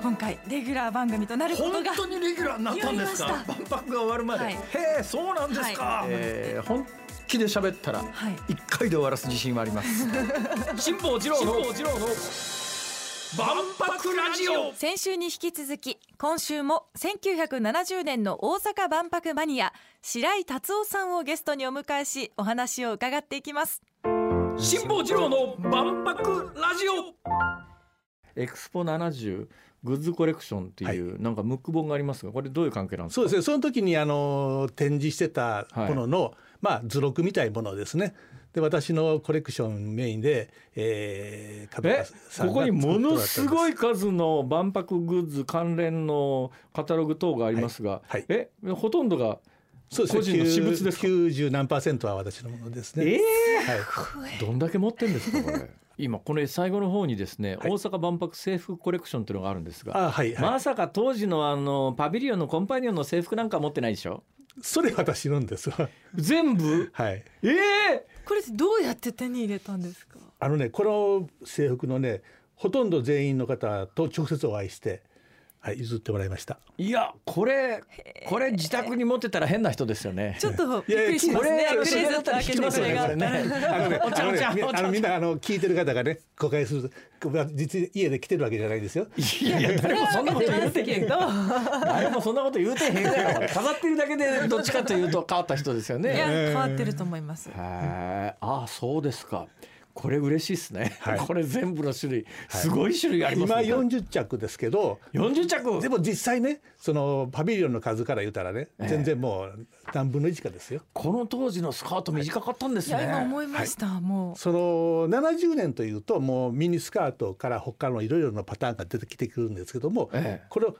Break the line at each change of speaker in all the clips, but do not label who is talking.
今回レギュラー番組となること
本
が
当にレギュラーになったんです
やり
か
ま
万博が終わるまで、
はい
へえそうなんですか、
は
えー本気で喋ったら
はい
一回で終わらす自信はあります辛坊治郎の万博ラジオ
先週に引き続き今週も1970年の大阪万博マニア白井達夫さんをゲストにお迎えしお話を伺っていきます
辛坊治郎の万博ラジオ
エクスポ70グッズコレクションっていう、なんかムック本がありますがこれどういう関係なんですか
そうですねその時にあの展示してたものの、まあ図録みたいものですねで私のコレクションメインで、えー、
え
ん
ここにものすご
い
い数の万博グッズ関連のカタログ等がありますが、
はいはい
えほとんどが
個
個人の私物ですか
90何パーセントは私のものですね、はい、
どんだけ持ってんですかこれ今これ最後の方にですね、
はい
大阪万博制服コレクションというのがあるんですが、
あはいはい、
まさか当時のあのパビリオンのコンパニオンの制服なんか持ってないでしょ
それ私のんです わ
全部
はい
ええ
これってどうやって手に入れたんですか
あのねこの制服のねほとんど全員の方と直接お会いして、はい、譲ってもらいました
いやこれこれ自宅に持ってたら変な人ですよね
ちょっとび
いや
っ
いや
くりします
こ
ね
れ
クレジット開けて
そ
それ
れ
があ
が
った
ね
ら
あのね、
お茶
あのね
お茶
み
お茶
あのみんなあの聞いてる方がね誤解する僕は実に家で来てるわけじゃないですよ。
いやいや誰もそんなこと言うてへん
どう
誰もそんなこと言うてへんから飾ってるだけでどっちかというと変わった人ですよ
いや
ね。
変わってると思います
はいああそうですかこれ嬉しいですね、
はい
これ全部の種類すごい種類あります
今
ね、四
40着ですけど
40着
でも実際ねそのパビリオンの数から言うたらね全然もう何分の1かですよ。
この当時のスカート短かったんです
い
ね、
や今思いました、も
その70年というともうミニスカートから他のいろいろなパターンが出てきてくるんですけども、
ええ
これを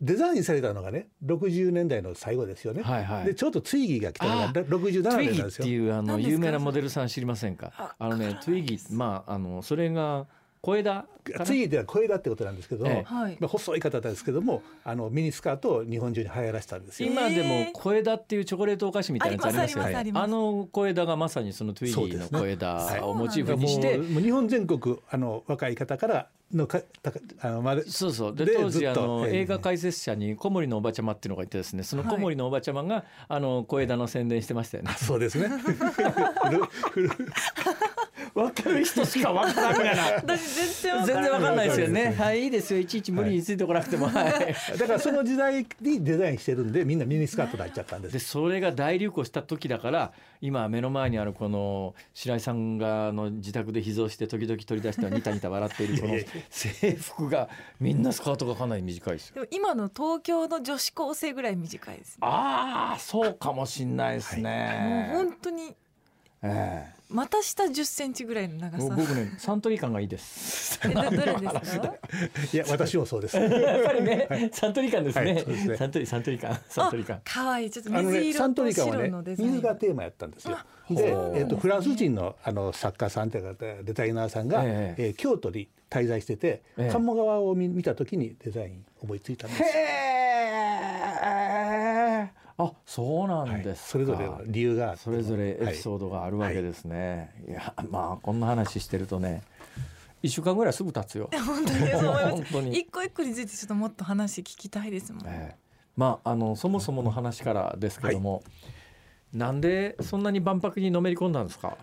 デザインされたのがね60年代の最後ですよね。
はいはい
でちょうどツイギーが来たのが
あ
67
トゥイ
年
ギ
なん
ー
で
っ
す
て
よ。
いうあの
何ですか
有名なモデルさん知りませんかあのねトゥイギーまああのそれが小枝かな
ツイギーでは小枝ってことなんですけども、
ええ
うはい
まあ、細い方ですけどもあのミニスカートを日本中に流行らせたんですよ。
今でも小枝っていうチョコレートお菓子みたいなやつあります
ありま
よ
す
ね
あります
あの小枝がまさにそのトゥイギーの小
そうですね
枝をモチーフに
も
し
う
て
もう日本全国あの若い方からのかたかあのまで
そうそうで
で
当時
ず
あ
っと
の
ええ。
映画解説者に小森のおばちゃまっていうのがいてですねその
はい
小森のおばちゃまがあの小枝の宣伝してました よね
そうですね。古古
わかる人しかわからんから
私全然わ
全
か
然
ら
わかんないですよ
わか
ね
んないです。ね
はいいいですよいちいち無理についてこなくても。はい
だからその時代にデザインしてるんでみんなミニスカートになっちゃったんです
で。それが大流行した時だから今目の前にあるこの白井さんがあの自宅で秘蔵して時々取り出してはニタニタ笑っているこの制服がみんなスカートがかなり短いですよ。
でも今の東京の女子高生ぐらい短いですね
ああそうかもしんないです
もう
ね。
本当に
え
股下10センチぐらいの
え
長
もう
さ
僕ねサントリー感がいいです。
えどどれ ですか
いや私もそうです。
やっぱり ね、サントリー感です
はい
ね
そうです。ね
サントリー、サントリー感、サントリー感。
可愛いちょっと
あの
水
ねサ
色
ント
と
リーカ
白
は
のデ
ね
ザイン
水がテーマやったんですよ。で
ほう、
えっとフランス人のあの作家さんというかデザイナーさんが、
え
え
え
ー京都に滞在してて、
ええ
鴨川を見見た時にデザイン思いついたんですよ。
へえ。あ、そうなん
は
で
い
す
そ
か。
れぞれの理由があって
それぞれエピソードがあるわけですね。い、や、まあ、こんな話してるとね。一週間ぐらいすぐ経つよ。
本当にそう思います
本当に
一個一個についてちょっともっと話聞きたいですもん、
ええまあ、あの、そもそもの話からですけども。なんで、そんなに万博にのめり込んだんですか。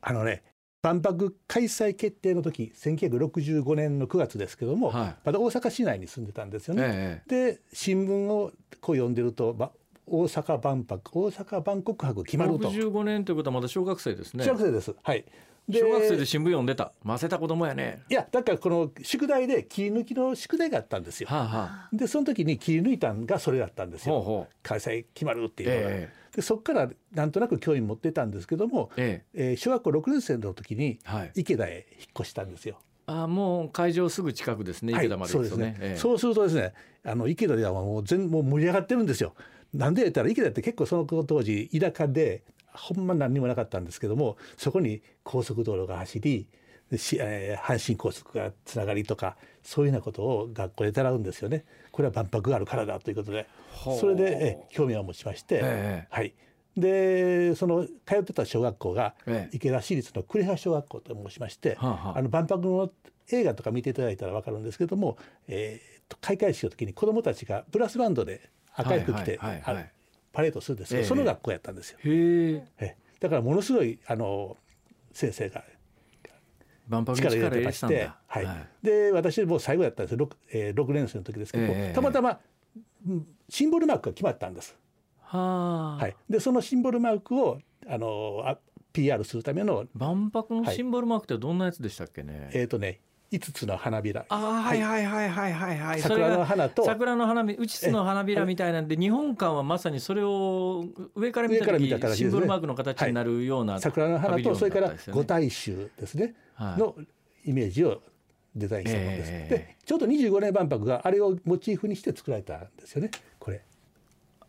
あのね万博開催決定の時1965年の9月ですけども、
はい
まだ大阪市内に住んでたんですよね。
え
で新聞をこう読んでると、ば大阪万博大阪万国博決まると
六十五年ということは、まだ小学生ですね。
小学生です。はい、で
小学生で新聞読んでた。ませた子供やね。
いやだからこの宿題で切り抜きの宿題があったんですよ。
はあ、はあ。
でその時に切り抜いたんがそれだったんです
ほう
よ。
ほう。
開催決まるっていうのが、
え
でそこからなんとなく興味持ってたんですけども
え、え
えー小学校6年生の時に
え。はい。
池田へ引っ越したんですよ。
あもう会場すぐ近くですね、池田まで行くと
はい
ね
そうですね、。
ええ
そうするとですね、あの池田ではもう全もう盛り上がってるんですよ。なんで言ったら池田って結構その当時田舎でほんま何にもなかったんですけども、そこに高速道路が走り、しえー阪神高速がつながりとかそういうようなことを学校で習うんですよね。これは万博があるからだということで、
ほう
それでえー興味を持ちまして、
ええ
はい。でその通ってた小学校が
ええ
池田市立の呉羽小学校と申しまして、
はあはあ
あの万博の映画とか見ていただいたら分かるんですけども、えーっと開会式の時に子どもたちがブラスバンドで赤い服着て
はいはいはいはい
あのパレードするんですけど、
ええ
その学校やったんですよ。
へえ
えだからものすごいあの先生が
万博に
力
力
入れ
入
て
れ
ま
て
した
ん
て
だ、
はい
はい
で私もう最後やったんですよ 6,、えー六年生の時ですけども、
ええ
たまたまうんシンボルマークが決まったんです。
はあ、
はい、でそのシンボルマークをあのあ PR するための
万博のシンボルマークってどんなやつでしたっけね、
えっ、とね5つの花びら
ああはいはいはいはいはいはいそれ
桜の
が
花と
桜の花びうちつの花びらみたいなんで日本館はまさにそれを上から見た
上から
時
見た形です
シ
ね
ンボルマークの形になるような、
桜の
パ
花
ビリオ
と
ン
そ
だっ
れか
た
ら
ですよね
五大衆ですね
はい
のイメージをデザインしたものです。
ええ
でちょうど25年万博があれをモチーフにして作られたんですよねこれ。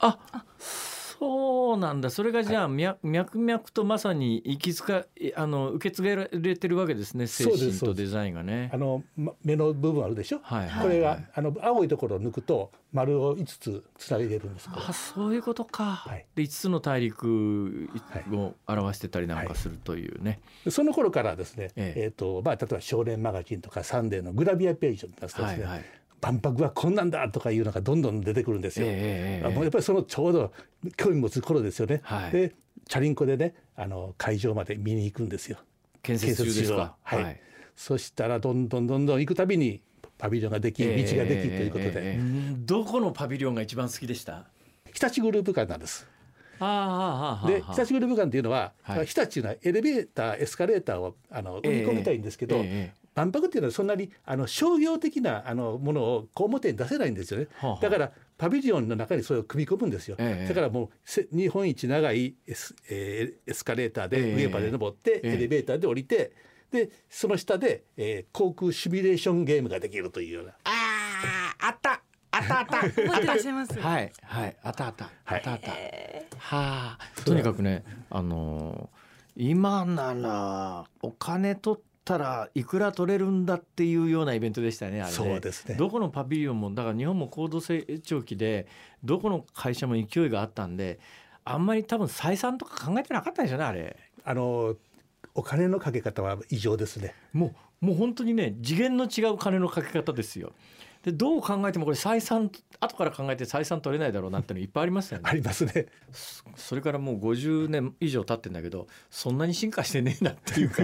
あそうなんだそれがじゃあ、脈脈々とまさに行きつかいあの受け継がれてるわけですね精
そうです
神
そ
と
うで
デザインがね
あ。のま目の部分あるでしょ、
はいはい
これが、
はい
あの青いところを抜くと丸を5つつなげてるんですけど
あそういうことか、
はい
で5つの大陸
はい
を表してたりなんかするというね、
その頃からですね、
え
え
え
ーとまあ、例えば「少年マガジン」とか「サンデー」のグラビアページを出すとですね、
はいはい
万博はこんなんだとかいうのがどんどん出てくるんですよ。
ええええええ
あもうやっぱりそのちょうど興味持つ頃ですよね。
はい
でチャリンコでねあの会場まで見に行くんですよ。
建設中ですか。
建設中のはいそしたらどんどんどんどん行くたびにパビリオンができ、道ができということで、
ええええええうんどこのパビリオンが一番好きでした。
日立グループ館なんです。
ああああああ
で
ああ
日立グループ館っていうのは、
はい
日立のエレベーターエスカレーターをあの売り込みたいんですけど、
ええええええ
万博っていうのはそんなにあの商業的なあのものをこう表に出せないんですよね、
はあはあ
だからパビリオンの中にそれを組み込むんですよ、
ええ
だからもうせ日本一長いエス,、えーエスカレーターで
ええ
上まで登って、
ええ
エレベーターで降りてでその下で、えー航空シミュレーションゲームができるというような
あああったあったあった。
覚えてらっしゃいます
はいはいあったあったあ
はい
ったあった。はあとにかくねあのー今ならお金取ったらいくら取れるんだっていうようなイベントでしたねあれね
そうですね
どこのパビリオンもだから日本も高度成長期でどこの会社も勢いがあったんであんまり多分採算とか考えてなかったんでしょうねあれ。
あのお金のかけ方は異常ですね。
もうもう本当にね次元の違う金のかけ方ですよ。でどう考えてもこれ採算後から考えて採算取れないだろうなってのいっぱいありましたよね
あ。りますね。
それからもう50年以上経ってんだけどそんなに進化してねえなって いうか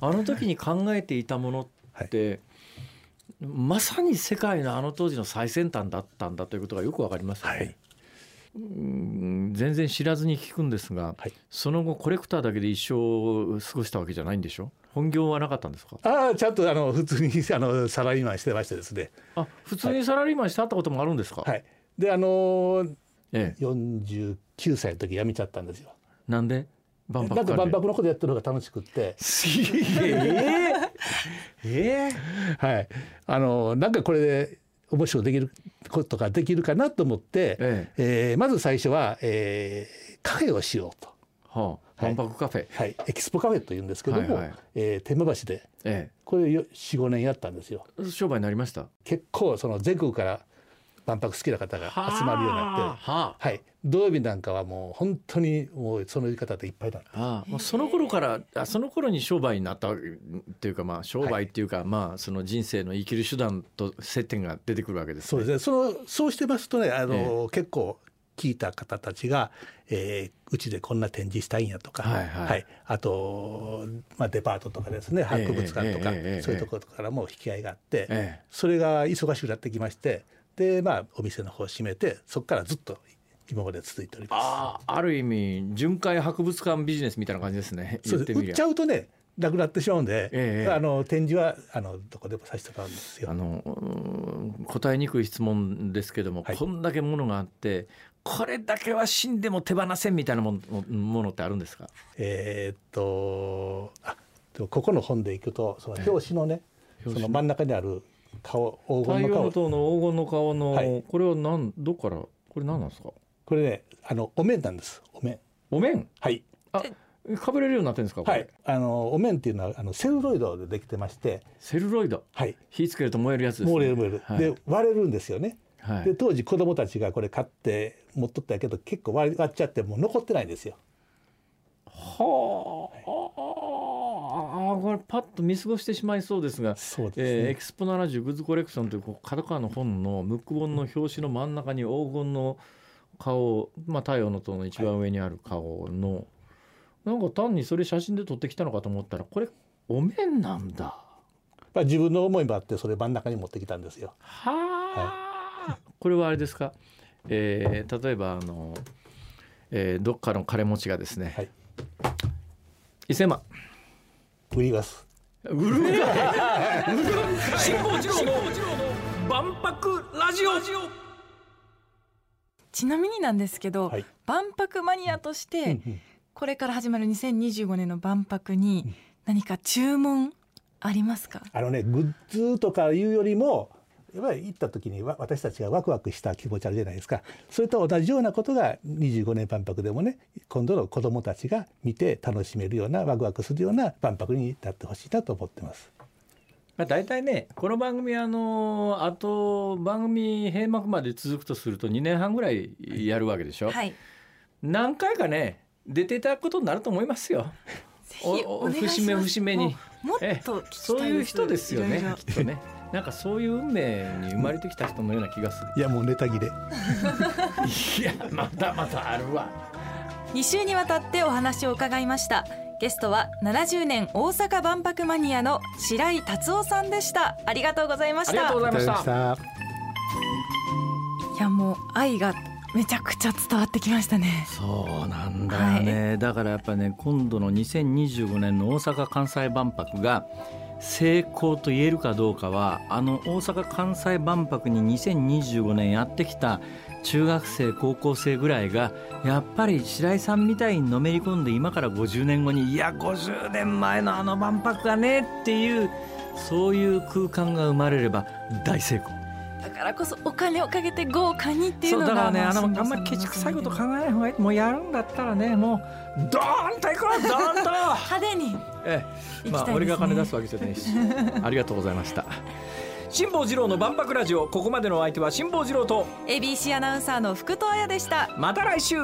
あの時に考えていたものって、まさに世界のあの当時の最先端だったんだということがよくわかりますよね、
はい
うん全然知らずに聞くんですが、
はい
その後コレクターだけで一生過ごしたわけじゃないんでしょ本業はなかったんですか
ああちゃんとあの普通にあのサラリーマンしてましてですね。
あ普通にサラリーマンして会ったこともあるんですか、
はい。であのー
ええ、
49歳の時辞めちゃったんですよ。
なんで万
な
博
んか万
関連
博のことやってるのが楽しくって、
すげえ ええ
はい。あのーなんかこれで面白くできることができるかなと思って、え
ええ
ーまず最初は、えーカフェをしようと。
はあ、
はい
万博カフェ、
はい。エキスポカフェというんですけども、
はいはい
えー天満橋で
え
これ45年やったんですよ。
え、商売になりました
結構その全国から万博好きな方が集まるようになって。
はあ、
はい、土曜日なんかはもう本当にもうその言い方でいっぱいだった
ああもうその頃からあその頃に商売になったっていうかまあ商売っていうか、まあその人生の生きる手段と接点が出てくるわけです
そう
ね
ですねそのそうしてますとねあの、結構聞いた方たちが、えーうちでこんな展示したいんやとか、
はいはい
あと、まあ、デパートとかですね博物館とか、
ええええええ
そういうところからも引き合いがあって、
え
それが忙しくなってきましてでまあお店の方を閉めてそこからずっと今まで続いております。
ああある意味巡回博物館ビジネスみたいな感じですね
そう
言って
です
み
売
り
っ
ゃ
ちゃうとねなくなってしまうんで、
ええええ
あの展示はあのどこでもさせてもらうんですよ
あ。のうーん答えにくい質問ですけども、
はい
こんだけものがあってこれだけは死んでも手放せんみたいなものものってあるんですか
えーっとあでもここの本でいくとその表紙のね、その真ん中にある顔黄
太陽
金の
の
顔
塔の黄金の顔の、
はい
これはなんどっからこれ何なんですか
これねあのお面なんですお面
お面
はい
あかぶれるようになってるんですかこ
は
れ、
いあのお面っていうのはあのセルロイドでできてまして
セルロイド
はい
火つけると燃えるやつです、ね、
漏れる漏れる、
はい、
で割れるんですよね、
はい
で当時子供たちがこれ買って持っとったけど結構割割っちゃってもう残ってないんですよ
はあ、あこれパッと見過ごしてしまいそうですが
そうですね、
えーエキスポ70グッズコレクションというこう角川の本のムック本の表紙の真ん中に黄金の顔、まあ、太陽の塔の一番上にある顔の、なんか単にそれ写真で撮ってきたのかと思ったらこれお面なんだ。
まあ、自分の思いもあってそれ真ん中に持ってきたんですよ。
はあ、これはあれですか、えー例えばあの、えーどっかの金持ちがですね、
はい
1000万
売ります。
売るんかい
辛坊治郎の万博ラジオ。
ちなみになんですけど、
はい
万博マニアとして、
うん
これから始まる2025年の万博に何か注文ありますか、
あのねグッズとかいうよりもやっぱり行った時にわ私たちがワクワクした気持ちあるじゃないですかそれと同じようなことが25年万博でもね今度の子どもたちが見て楽しめるようなワクワクするような万博になってほしいなと思ってます。
まあ、大体ねこの番組あのあと番組閉幕まで続くとすると2年半ぐらいやるわけでしょ、
はい
何回かね出ていただくことになると思いますよ
ぜひお願いします
節目節目に
もうもっ
ええ
と聞きたいです
そういう人ですよね
いろいろ
きっとねなんかそういう運命に生まれてきた人のような気がする
いやもうネタ切れ
いやまだまだあるわ
2週にわたってお話を伺いましたゲストは70年大阪万博マニアの白井達夫さんでしたありがとうございま
あ
し
りが
た
とうございました
た。
いやもう愛がめちゃくちゃ伝わってきましたね
そうなんだよね、だからやっぱりね今度の2025年の大阪・関西万博が成功と言えるかどうかはあの大阪・関西万博に2025年やってきた中学生高校生ぐらいがやっぱり白井さんみたいにのめり込んで今から50年後にいや50年前のあの万博がねっていうそういう空間が生まれれば大成功。
だからこそお金をかけて豪華にっていう
そう
の
だから
が
ねあの
もう
あんまりケチくさいこと考えない方がいいもうやるんだったらねもうドーンといこうドーンと
派手に
ええま
行きたいです
あ
ね
俺が金出すわけじゃない しありがとうございました
辛坊治郎の万博ラジオ。ここまでのお相手は辛坊治郎と。
ABC アナウンサーの福戸彩でした
また来週。